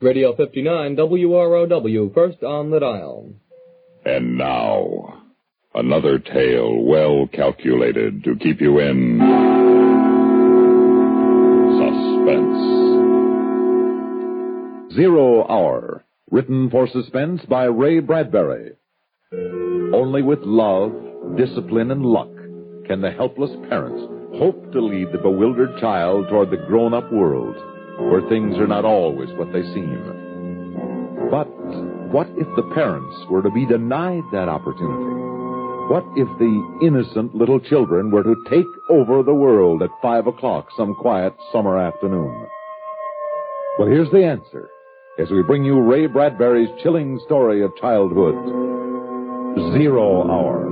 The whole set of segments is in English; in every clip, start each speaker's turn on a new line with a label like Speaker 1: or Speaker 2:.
Speaker 1: Radio 59 WROW, first on the dial.
Speaker 2: And now, another tale well calculated to keep you in suspense.
Speaker 3: Zero Hour, written for suspense by Ray Bradbury. Only with love, discipline, and luck can the helpless parents hope to lead the bewildered child toward the grown up world, where things are not always what they seem. But what if the parents were to be denied that opportunity? What if the innocent little children were to take over the world at five o'clock some quiet summer afternoon? Well, here's the answer as we bring you Ray Bradbury's chilling story of childhood Zero Hour.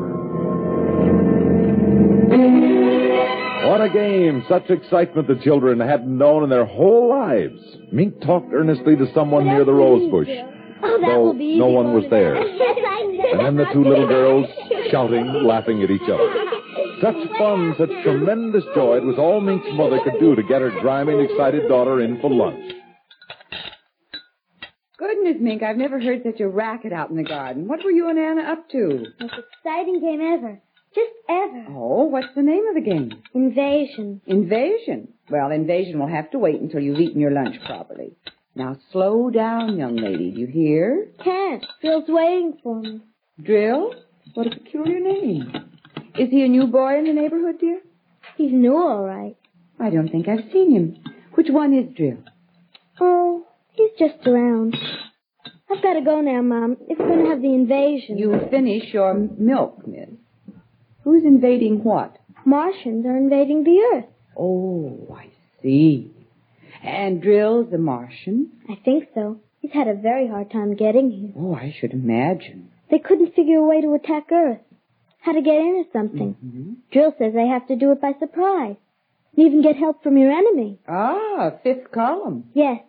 Speaker 3: What a game! Such excitement the children hadn't known in their whole lives. Mink talked earnestly to someone near the rose bush.
Speaker 4: Oh, that
Speaker 3: No-
Speaker 4: will be easy.
Speaker 3: no one was there. And then the two little girls shouting, laughing at each other. Such fun, such tremendous joy. It was all Mink's mother could do to get her grimy and excited daughter in for lunch.
Speaker 5: Goodness, Mink, I've never heard such a racket out in the garden. What were you and Anna up to?
Speaker 4: Most exciting game ever. Just ever.
Speaker 5: Oh, what's the name of the game?
Speaker 4: Invasion.
Speaker 5: Invasion. Well, invasion will have to wait until you've eaten your lunch properly. Now slow down, young lady. Do you hear?
Speaker 4: Can't. Phil's waiting for me.
Speaker 5: Drill? What a peculiar name. Is he a new boy in the neighborhood, dear?
Speaker 4: He's new, all right.
Speaker 5: I don't think I've seen him. Which one is Drill?
Speaker 4: Oh, he's just around. I've got to go now, Mom. If we're going to have the invasion.
Speaker 5: You finish your m- milk, miss. Who's invading what?
Speaker 4: Martians are invading the Earth.
Speaker 5: Oh, I see. And Drill's a Martian?
Speaker 4: I think so. He's had a very hard time getting here.
Speaker 5: Oh, I should imagine.
Speaker 4: They couldn't figure a way to attack Earth. How to get in or
Speaker 5: Mm.
Speaker 4: something.
Speaker 5: Mm-hmm.
Speaker 4: Drill says they have to do it by surprise. And even get help from your enemy.
Speaker 5: Ah, fifth column.
Speaker 4: Yes,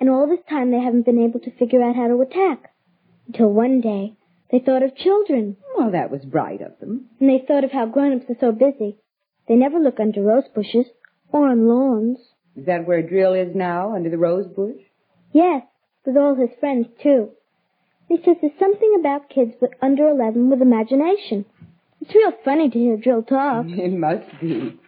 Speaker 4: and all this time they haven't been able to figure out how to attack. Until one day, they thought of children,
Speaker 5: Well, that was bright of them.
Speaker 4: and they thought of how grown-ups are so busy. They never look under rose bushes, or on lawns.
Speaker 5: Is that where Drill is now, under the rose bush?
Speaker 4: Yes, with all his friends, too. He says there's something about kids with under 11 with imagination. It's real funny to hear Drill talk.
Speaker 5: It must be.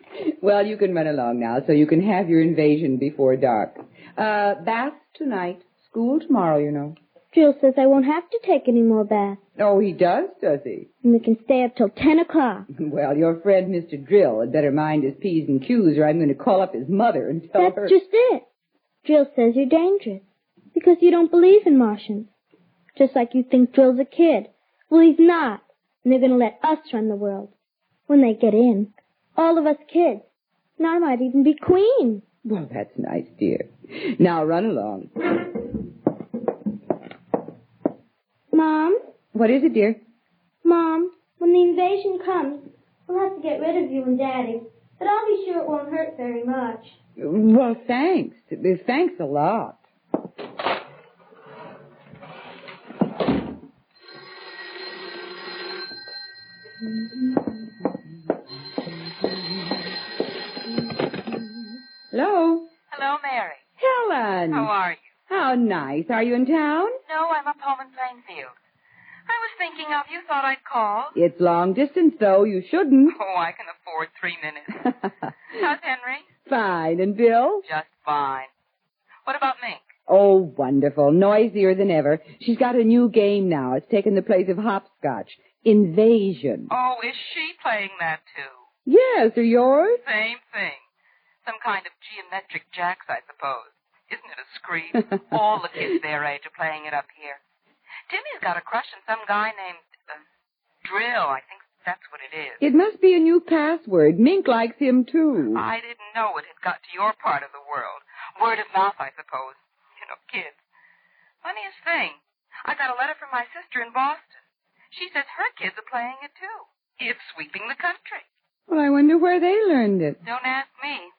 Speaker 5: Well, you can run along now, so you can have your invasion before dark. Uh, bath tonight. School tomorrow, you know.
Speaker 4: Drill says I won't have to take any more baths,
Speaker 5: Oh, he does, does he?
Speaker 4: and we can stay up till 10 o'clock.
Speaker 5: Well, your friend, Mr. Drill, had better mind his P's and Q's, or I'm going to call up his mother and tell
Speaker 4: That's
Speaker 5: her.
Speaker 4: just it. Drill says you're dangerous because you don't believe in Martians. Just like you think Drill's a kid. Well, he's not. And they're going to let us run the world when they get in. All of us kids. And I might even be queen.
Speaker 5: Well, that's nice, dear. Now run along.
Speaker 4: Mom,
Speaker 5: What is it, dear?
Speaker 4: Mom, when the invasion comes, we'll have to get rid of you and Daddy. But I'll be sure it won't hurt very much.
Speaker 5: Well, thanks. Thanks a lot. Hello?
Speaker 6: Hello, Mary.
Speaker 5: Helen!
Speaker 6: How are you?
Speaker 5: How nice. Are you in town?
Speaker 6: No, I'm up home in Plainfield. I was thinking of you, thought I'd call.
Speaker 5: It's long distance, though. You shouldn't.
Speaker 6: Oh, I can afford three minutes. How's Henry?
Speaker 5: Fine. And Bill?
Speaker 6: Just fine. What about Mink?
Speaker 5: Oh, wonderful. Noisier than ever. She's got a new game now. It's taken the place of hopscotch. Invasion.
Speaker 6: Oh, is she playing that too?
Speaker 5: Yes, are yours?
Speaker 6: Same thing. Some kind of geometric jacks, I suppose. Isn't it a scream? All the kids their age are playing it up here. Timmy's got a crush on some guy named uh, Drill. I think that's what it is.
Speaker 5: It must be a new password. Mink likes him too.
Speaker 6: I didn't know it had got to your part of the world. Word of mouth, I suppose. You know, kids. Funniest thing, I got a letter from my sister in Boston. She says her kids are playing it too. It's sweeping the country.
Speaker 5: Well, I wonder where they learned it.
Speaker 6: Don't ask me.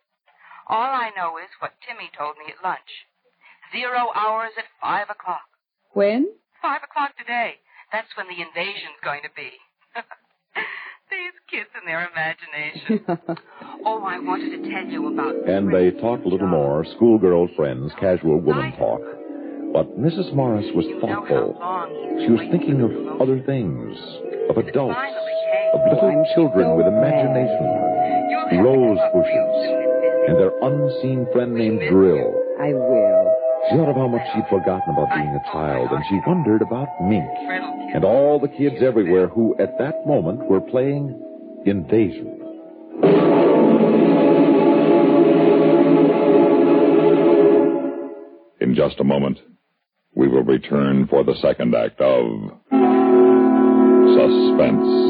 Speaker 6: All I know is what Timmy told me at lunch. Zero hours at five o'clock.
Speaker 5: When?
Speaker 6: Five o'clock today. That's when the invasion's going to be. These kids and their imagination. oh, I wanted to tell you about.
Speaker 3: And they talked a little more, schoolgirl friends, casual woman talk. But Mrs. Morris was
Speaker 6: You know how
Speaker 3: thoughtful.
Speaker 6: long he's
Speaker 3: She was
Speaker 6: waiting
Speaker 3: thinking
Speaker 6: for
Speaker 3: of
Speaker 6: promotion.
Speaker 3: other things, of adults,
Speaker 6: finally came.
Speaker 3: of little
Speaker 5: I'm
Speaker 3: children
Speaker 5: so
Speaker 3: with
Speaker 5: glad.
Speaker 3: imagination,
Speaker 6: You'll have to
Speaker 3: rose
Speaker 6: come up real soon in
Speaker 3: bushes,
Speaker 6: business.
Speaker 3: and their unseen friend named Drill.
Speaker 5: I will.
Speaker 3: She thought of how much she'd forgotten about being a child, and she wondered about Mink
Speaker 6: Brittle kid.
Speaker 3: and all the kids everywhere who, at that moment, were playing Invasion.
Speaker 2: In just a moment, we will return for the second act of Suspense.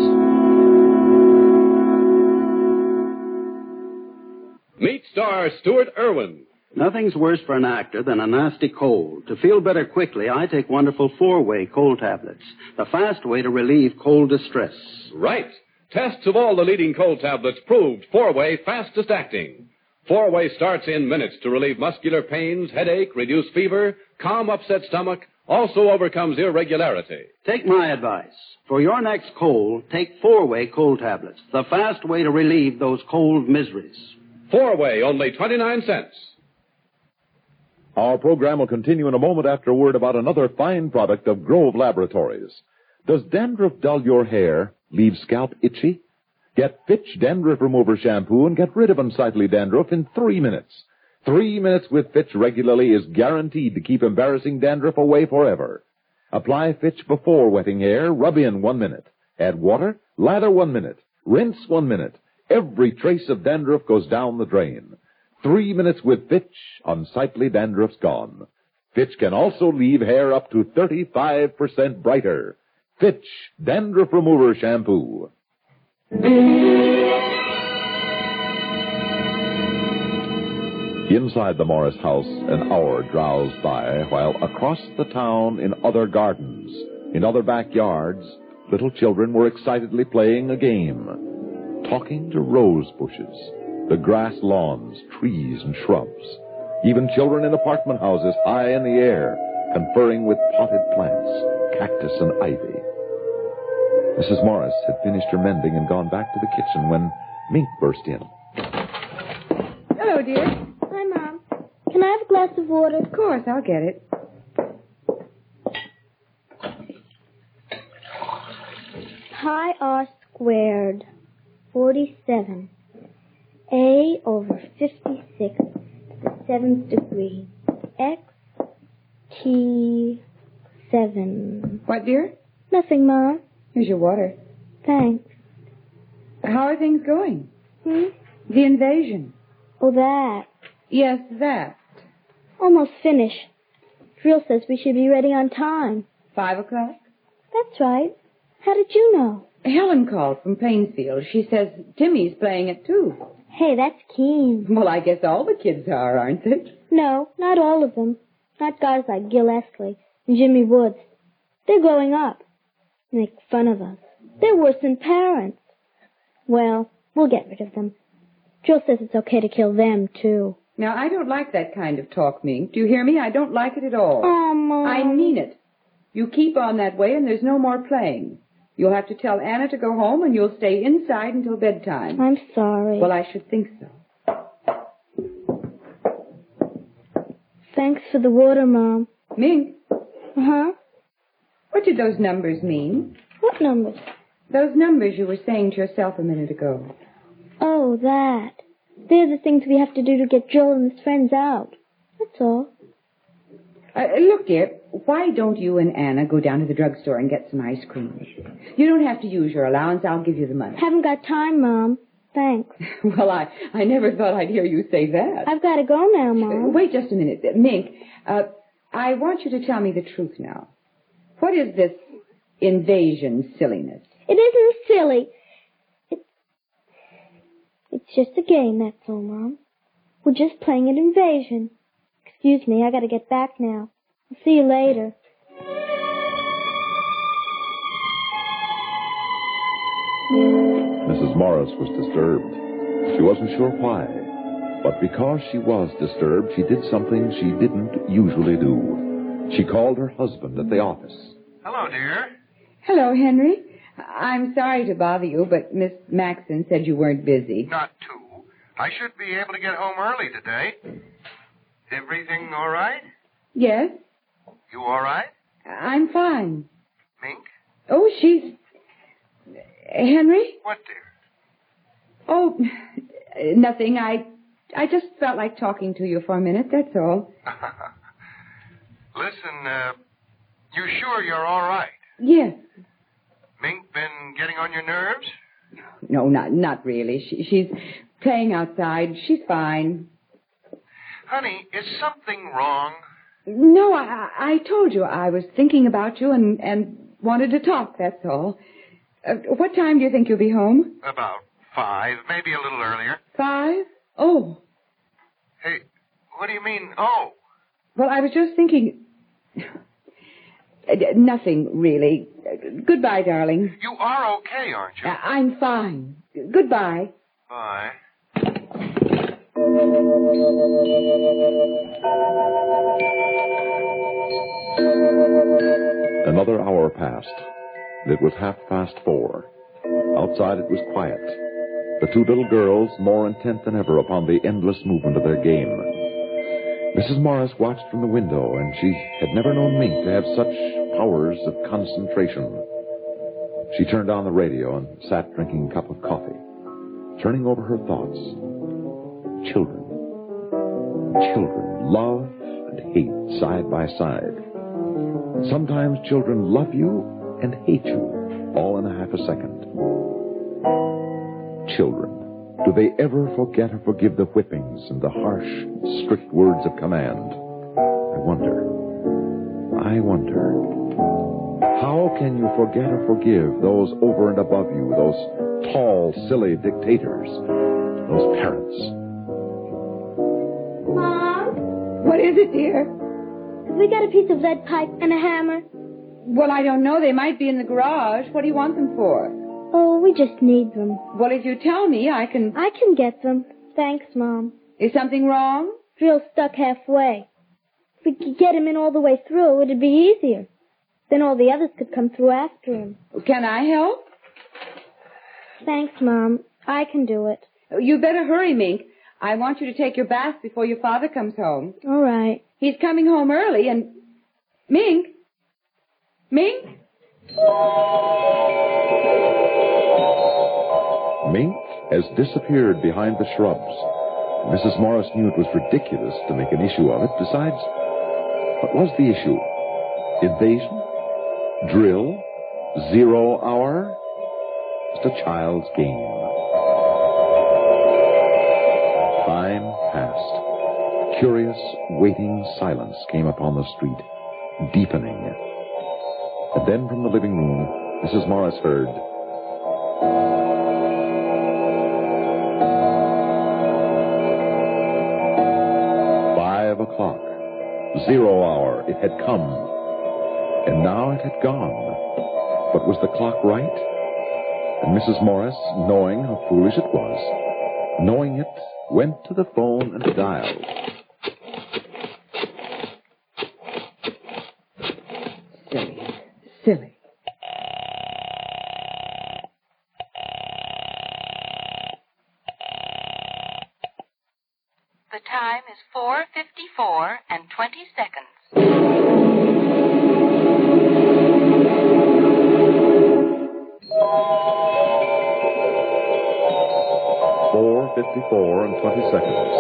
Speaker 7: Meet star Stuart Irwin.
Speaker 8: Nothing's worse for an actor than a nasty cold. To feel better quickly, I take wonderful four-way cold tablets, the fast way to relieve cold distress.
Speaker 7: Right. Tests of all the leading cold tablets proved four way fastest acting. Four way starts in minutes to relieve muscular pains, headache, reduce fever, calm upset stomach, also overcomes irregularity.
Speaker 8: Take my advice. For your next cold, take four-way cold tablets, the fast way to relieve those cold miseries.
Speaker 7: Four way, only 29 cents.
Speaker 3: Our program will continue in a moment after a word about another fine product of Grove Laboratories. Does dandruff dull your hair, leave scalp itchy? Get Fitch Dandruff Remover Shampoo and get rid of unsightly dandruff in three minutes. Three minutes with Fitch regularly is guaranteed to keep embarrassing dandruff away forever. Apply Fitch before wetting hair, rub in one minute. Add water, lather one minute, rinse one minute. Every trace of dandruff goes down the drain. Three minutes with Fitch, unsightly dandruff's gone. Fitch can also leave hair up to 35% brighter. Fitch, dandruff remover shampoo. Inside the Morris house, an hour drowsed by, while across the town in other gardens, in other backyards, little children were excitedly playing a game, talking to rose bushes, the grass lawns, trees, and shrubs, even children in apartment houses high in the air, conferring with potted plants, cactus, and ivy. Mrs. Morris had finished her mending and gone back to the kitchen when Mink burst in.
Speaker 5: Hello, dear. Of
Speaker 4: Hi, Mom. Can I have a glass of water? Of
Speaker 5: course, I'll get it.
Speaker 4: Pi r squared, 47. A over 56, the seventh degree. X, T, 7.
Speaker 5: What, dear?
Speaker 4: Nothing, Mom.
Speaker 5: Here's your water.
Speaker 4: Thanks.
Speaker 5: How are things going?
Speaker 4: Hmm?
Speaker 5: The invasion.
Speaker 4: Oh, that.
Speaker 5: Yes, that.
Speaker 4: Almost finished. Drill says we should be ready on time.
Speaker 5: Five o'clock?
Speaker 4: That's right. How did you know?
Speaker 5: Helen called from Plainfield. She says Timmy's playing it too.
Speaker 4: Hey, that's keen.
Speaker 5: Well, I guess all the kids are, aren't they?
Speaker 4: No, not all of them. Not guys like Gil Estley and Jimmy Woods. They're growing up. Make fun of us. They're worse than parents. Well, we'll get rid of them. Jill says it's okay to kill them, too.
Speaker 5: Now, I don't like that kind of talk, Mink. Do you hear me? I don't like it at all.
Speaker 4: Oh, Mom.
Speaker 5: I mean it. You keep on that way, and there's no more playing. You'll have to tell Anna to go home, and you'll stay inside until bedtime.
Speaker 4: I'm sorry.
Speaker 5: Well, I should think so.
Speaker 4: Thanks for the water, Mom.
Speaker 5: Mink,
Speaker 4: Uh-huh.
Speaker 5: what did those numbers mean?
Speaker 4: What numbers?
Speaker 5: Those numbers you were saying to yourself a minute ago.
Speaker 4: Oh, that. They're the things we have to do to get Jill and his friends out. That's all.
Speaker 5: Uh, look, dear, why don't you and Anna go down to the drugstore and get some ice cream? You don't have to use your allowance. I'll give you the money.
Speaker 4: Haven't got time, Mom. Thanks.
Speaker 5: well, I, I never thought I'd hear you say that.
Speaker 4: I've got to go now,
Speaker 5: Uh,
Speaker 4: Mom.
Speaker 5: Wait just a minute. Uh, Mink, uh, I want you to tell me the truth now. What is this invasion silliness?
Speaker 4: It isn't silly. It, it's just a game, that's all, Mom. We're just playing an invasion. Excuse me, I gotta get back now. I'll see you later.
Speaker 3: Mrs. Morris was disturbed. She wasn't sure why, but because she was disturbed, she did something she didn't usually do. She called her husband at the office.
Speaker 9: Hello, dear.
Speaker 5: Hello, Henry. I- I'm sorry to bother you, but Miss Maxon said you weren't busy.
Speaker 9: Not too. I should be able to get home early today. Everything all right?
Speaker 5: Yes?
Speaker 9: You all right?
Speaker 5: I'm fine.
Speaker 9: Mink?
Speaker 5: Oh, she's. Henry?
Speaker 9: What, dear?
Speaker 5: Oh, nothing. I, I just felt like talking to you for a minute. That's all.
Speaker 9: Listen, uh, you sure you're all right?
Speaker 5: Yes.
Speaker 9: Mink been getting on your nerves?
Speaker 5: No, not not really. She, she's playing outside. She's fine.
Speaker 9: Honey, is something wrong?
Speaker 5: No, I, I told you I was thinking about you and and wanted to talk. That's all. Uh, what time do you think you'll be home?
Speaker 9: About five, maybe a little earlier.
Speaker 5: Five. Oh,
Speaker 9: Hey, what do you mean, oh?
Speaker 5: well, I was just thinking. Uh, Nothing really. Uh, Goodbye, darling.
Speaker 9: You are okay, aren't
Speaker 5: Uh,
Speaker 9: you?
Speaker 5: I'm fine. Goodbye.
Speaker 9: Bye.
Speaker 3: Another hour passed. It was half past four. Outside it was quiet. The two little girls more intent than ever upon the endless movement of their game. Mrs. Morris watched from the window, and she had never known Mink to have such powers of concentration. She turned on the radio and sat drinking a cup of coffee, turning over her thoughts. Children. Children. Love and hate side by side. Sometimes children love you and hate you all in a half a second. Children, do they ever forget or forgive the whippings and the harsh, strict words of command? I wonder. I wonder. How can you forget or forgive those over and above you, those tall, silly dictators, those parents?
Speaker 4: Mom,
Speaker 5: What is it, dear?
Speaker 4: have we got a piece of lead pipe and a hammer?
Speaker 5: Well, I don't know. They might be in the garage. What do you want them for?
Speaker 4: Oh, we just need them.
Speaker 5: Well, if you tell me, I can.
Speaker 4: I can get them. Thanks, Mom.
Speaker 5: Is something wrong?
Speaker 4: Drill's stuck halfway. If we could get him in all the way through, it'd be easier. Then all the others could come through after him.
Speaker 5: Can I help?
Speaker 4: Thanks, Mom. I can do it.
Speaker 5: You better hurry, Mink. I want you to take your bath before your father comes home.
Speaker 4: All right.
Speaker 5: He's coming home early and. Mink? Mink?
Speaker 3: Mink has disappeared behind the shrubs. Mrs. Morris knew it was ridiculous to make an issue of it. Besides, what was the issue? Invasion? Drill? Zero hour? Just a child's game. Time passed. Curious, waiting silence came upon the street, deepening. And then from the living room, Mrs. Morris heard, Five o'clock. Zero hour. It had come. And now it had gone. But was the clock right? And Mrs. Morris, knowing how foolish it was, knowing it, went to the phone and dialed.
Speaker 5: Silly. Silly.
Speaker 6: The time is 4.54 and 20 seconds.
Speaker 3: Four fifty-four and twenty seconds.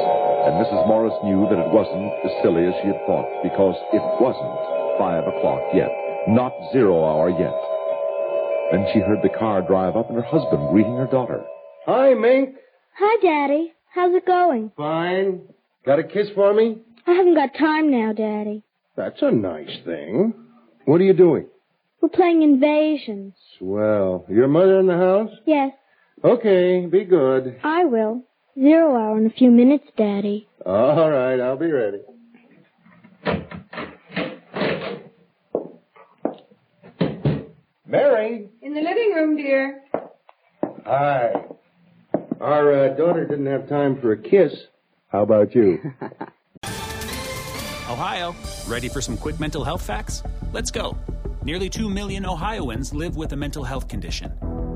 Speaker 3: And Mrs. Morris knew that it wasn't as silly as she had thought, because it wasn't five o'clock yet, not zero hour yet. Then she heard the car drive up and her husband greeting her daughter.
Speaker 10: Hi, Mink.
Speaker 4: Hi, Daddy. How's it going?
Speaker 10: Fine. Got a kiss for me?
Speaker 4: I haven't got time now, Daddy.
Speaker 10: That's a nice thing. What are you doing?
Speaker 4: We're playing invasion.
Speaker 10: Swell. Your mother in the house?
Speaker 4: Yes,
Speaker 10: Okay, be good.
Speaker 4: I will. Zero hour in a few minutes, Daddy.
Speaker 10: All right, I'll be ready. Mary?
Speaker 5: In the living room, dear.
Speaker 10: Hi. Our uh, daughter didn't have time for a kiss. How about you?
Speaker 11: Ohio, ready for some quick mental health facts? Let's go. Nearly 2 million Ohioans live with a mental health condition.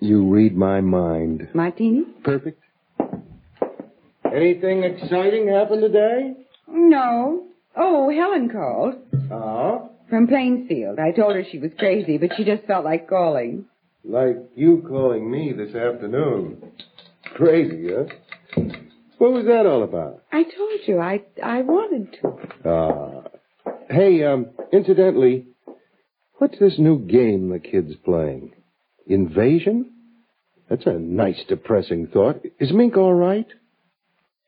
Speaker 3: You read my mind.
Speaker 5: Martini?
Speaker 3: Perfect. Anything exciting happened today?
Speaker 5: No. Oh, Helen called.
Speaker 3: Oh?
Speaker 5: From Plainfield. I told her she was crazy, but she just felt like calling.
Speaker 3: Like you calling me this afternoon. Crazy, huh? What was that all about?
Speaker 5: I told you I I wanted to.
Speaker 3: Ah. hey, um, incidentally, what's this new game the kid's playing? Invasion? That's a nice, depressing thought. Is Mink all right?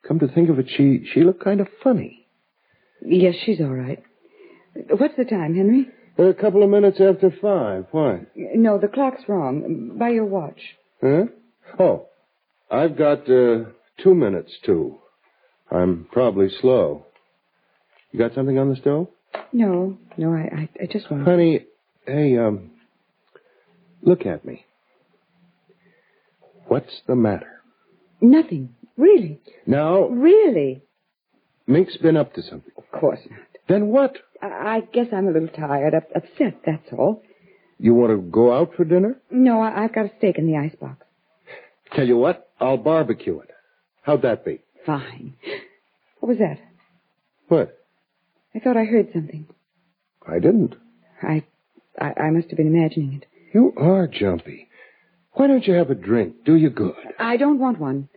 Speaker 3: Come to think of it, she she looked kind of funny.
Speaker 5: Yes, she's all right. What's the time, Henry?
Speaker 3: A couple of minutes after five. Why?
Speaker 5: No, the clock's wrong. By your watch.
Speaker 3: Huh? Oh, I've got uh, two minutes too. I'm probably slow. You got something on the stove?
Speaker 5: No, no, I, I, I just want.
Speaker 3: Honey, hey, um, look at me. What's the matter?
Speaker 5: Nothing. Really?
Speaker 3: Now,
Speaker 5: Really?
Speaker 3: Mink's been up to something.
Speaker 5: Of course not.
Speaker 3: Then what?
Speaker 5: I, I guess I'm a little tired, up, upset, that's all.
Speaker 3: You want to go out for dinner?
Speaker 5: No, I, I've got a steak in the icebox.
Speaker 3: Tell you what, I'll barbecue it. How'd that be?
Speaker 5: Fine. What was that?
Speaker 3: What?
Speaker 5: I thought I heard something.
Speaker 3: I didn't.
Speaker 5: I, I, I must have been imagining it.
Speaker 3: You are jumpy. Why don't you have a drink? Do you good.
Speaker 5: I don't want one.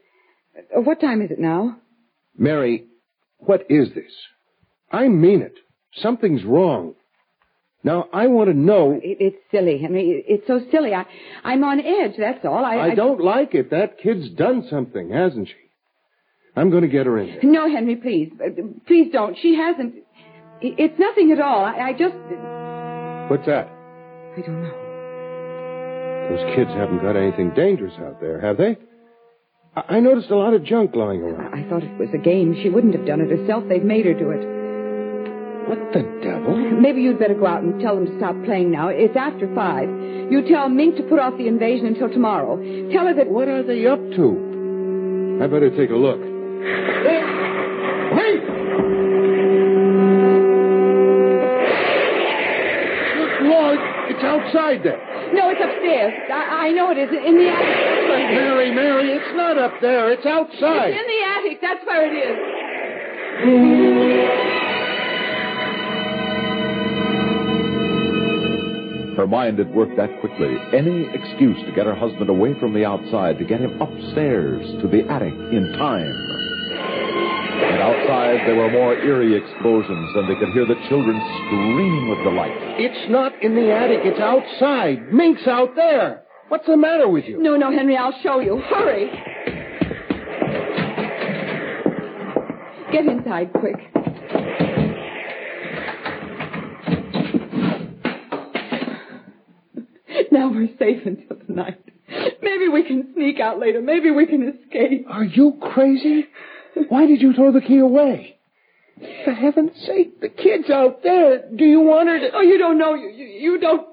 Speaker 5: Uh, What time is it now?
Speaker 3: Mary, what is this? I mean it. Something's wrong. Now, I want to know.
Speaker 5: It, it's silly, Henry. It- it's so silly. I, I'm on edge. That's all. I,
Speaker 3: I, don't like it. That kid's done something, hasn't she? I'm going to get her in there.
Speaker 5: No, Henry, please, Uh, please don't. She hasn't. I- It's nothing at all. I, I just.
Speaker 3: What's that?
Speaker 5: I don't know.
Speaker 3: Those kids haven't got anything dangerous out there, have they? I, I noticed a lot of junk lying around.
Speaker 5: I thought it was a game. She wouldn't have done it herself. They've made her do it.
Speaker 3: What the devil?
Speaker 5: Maybe you'd better go out and tell them to stop playing now. It's after five. You tell Mink to put off the invasion until tomorrow. Tell her that.
Speaker 3: What are they up to? I better take a look. Hey! Good Lord, it's outside there.
Speaker 5: No, it's upstairs. I, I know it is. In the attic.
Speaker 3: Mary, Mary, it's not up there. It's
Speaker 5: It's
Speaker 3: outside.
Speaker 5: in the attic. That's where it is.
Speaker 12: Her mind had worked that quickly. Any excuse to get her husband away from the outside, to get him upstairs to the attic in time. And outside, there were more eerie explosions, and they could hear the children screaming with delight.
Speaker 3: It's not in the attic. It's outside. Mink's out there. What's the matter with you?
Speaker 5: No, no, Henry, I'll show you. Hurry. Get inside quick. Now we're safe until the night. Maybe we can sneak out later. Maybe we can escape.
Speaker 3: Are you crazy? Why did you throw the key away? For heaven's sake, the kid's out there. Do you want her to.
Speaker 5: Oh, you don't know. You, you, you don't.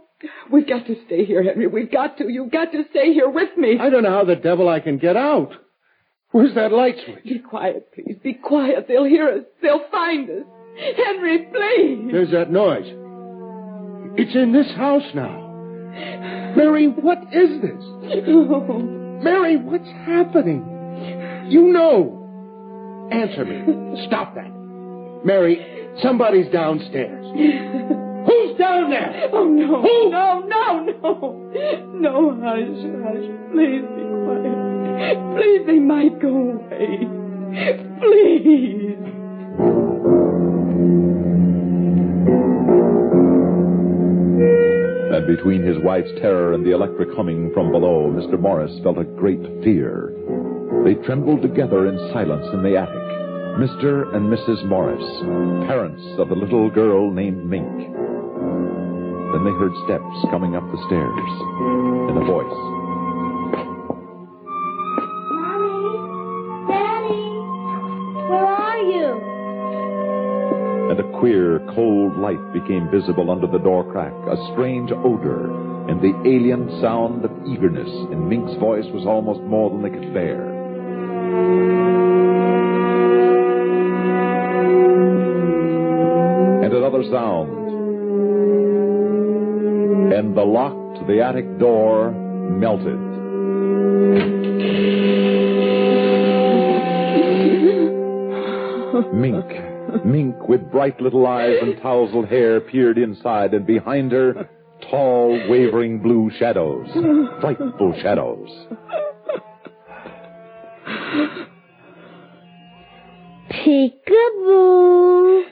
Speaker 5: We've got to stay here, Henry. We've got to. You've got to stay here with me.
Speaker 3: I don't know how the devil I can get out. Where's that light switch?
Speaker 5: Be quiet, please. Be quiet. They'll hear us. They'll find us. Henry, please.
Speaker 3: There's that noise. It's in this house now. Mary, what is this? Mary, what's happening? You know. Answer me. Stop that. Mary, somebody's downstairs. Who's down there?
Speaker 5: Oh no!
Speaker 3: Who?
Speaker 5: No! No! No! No! Hush! Hush! Please be quiet. Please, they might go away. Please.
Speaker 12: And between his wife's terror and the electric humming from below, Mr. Morris felt a great fear. They trembled together in silence in the attic. Mr. and Mrs. Morris, parents of a little girl named Mink. Then they heard steps coming up the stairs, and a voice.
Speaker 4: Mommy, Daddy, where are you?
Speaker 12: and a queer
Speaker 3: queer, cold light became visible under the door crack, a strange odor, and the alien sound of eagerness in Mink's voice was almost more than they could bear. And another sound. And the lock to the attic door melted. Mink, Mink with bright little eyes and tousled hair peered inside, and behind her, tall, wavering blue shadows. Frightful shadows.
Speaker 4: Peekaboo.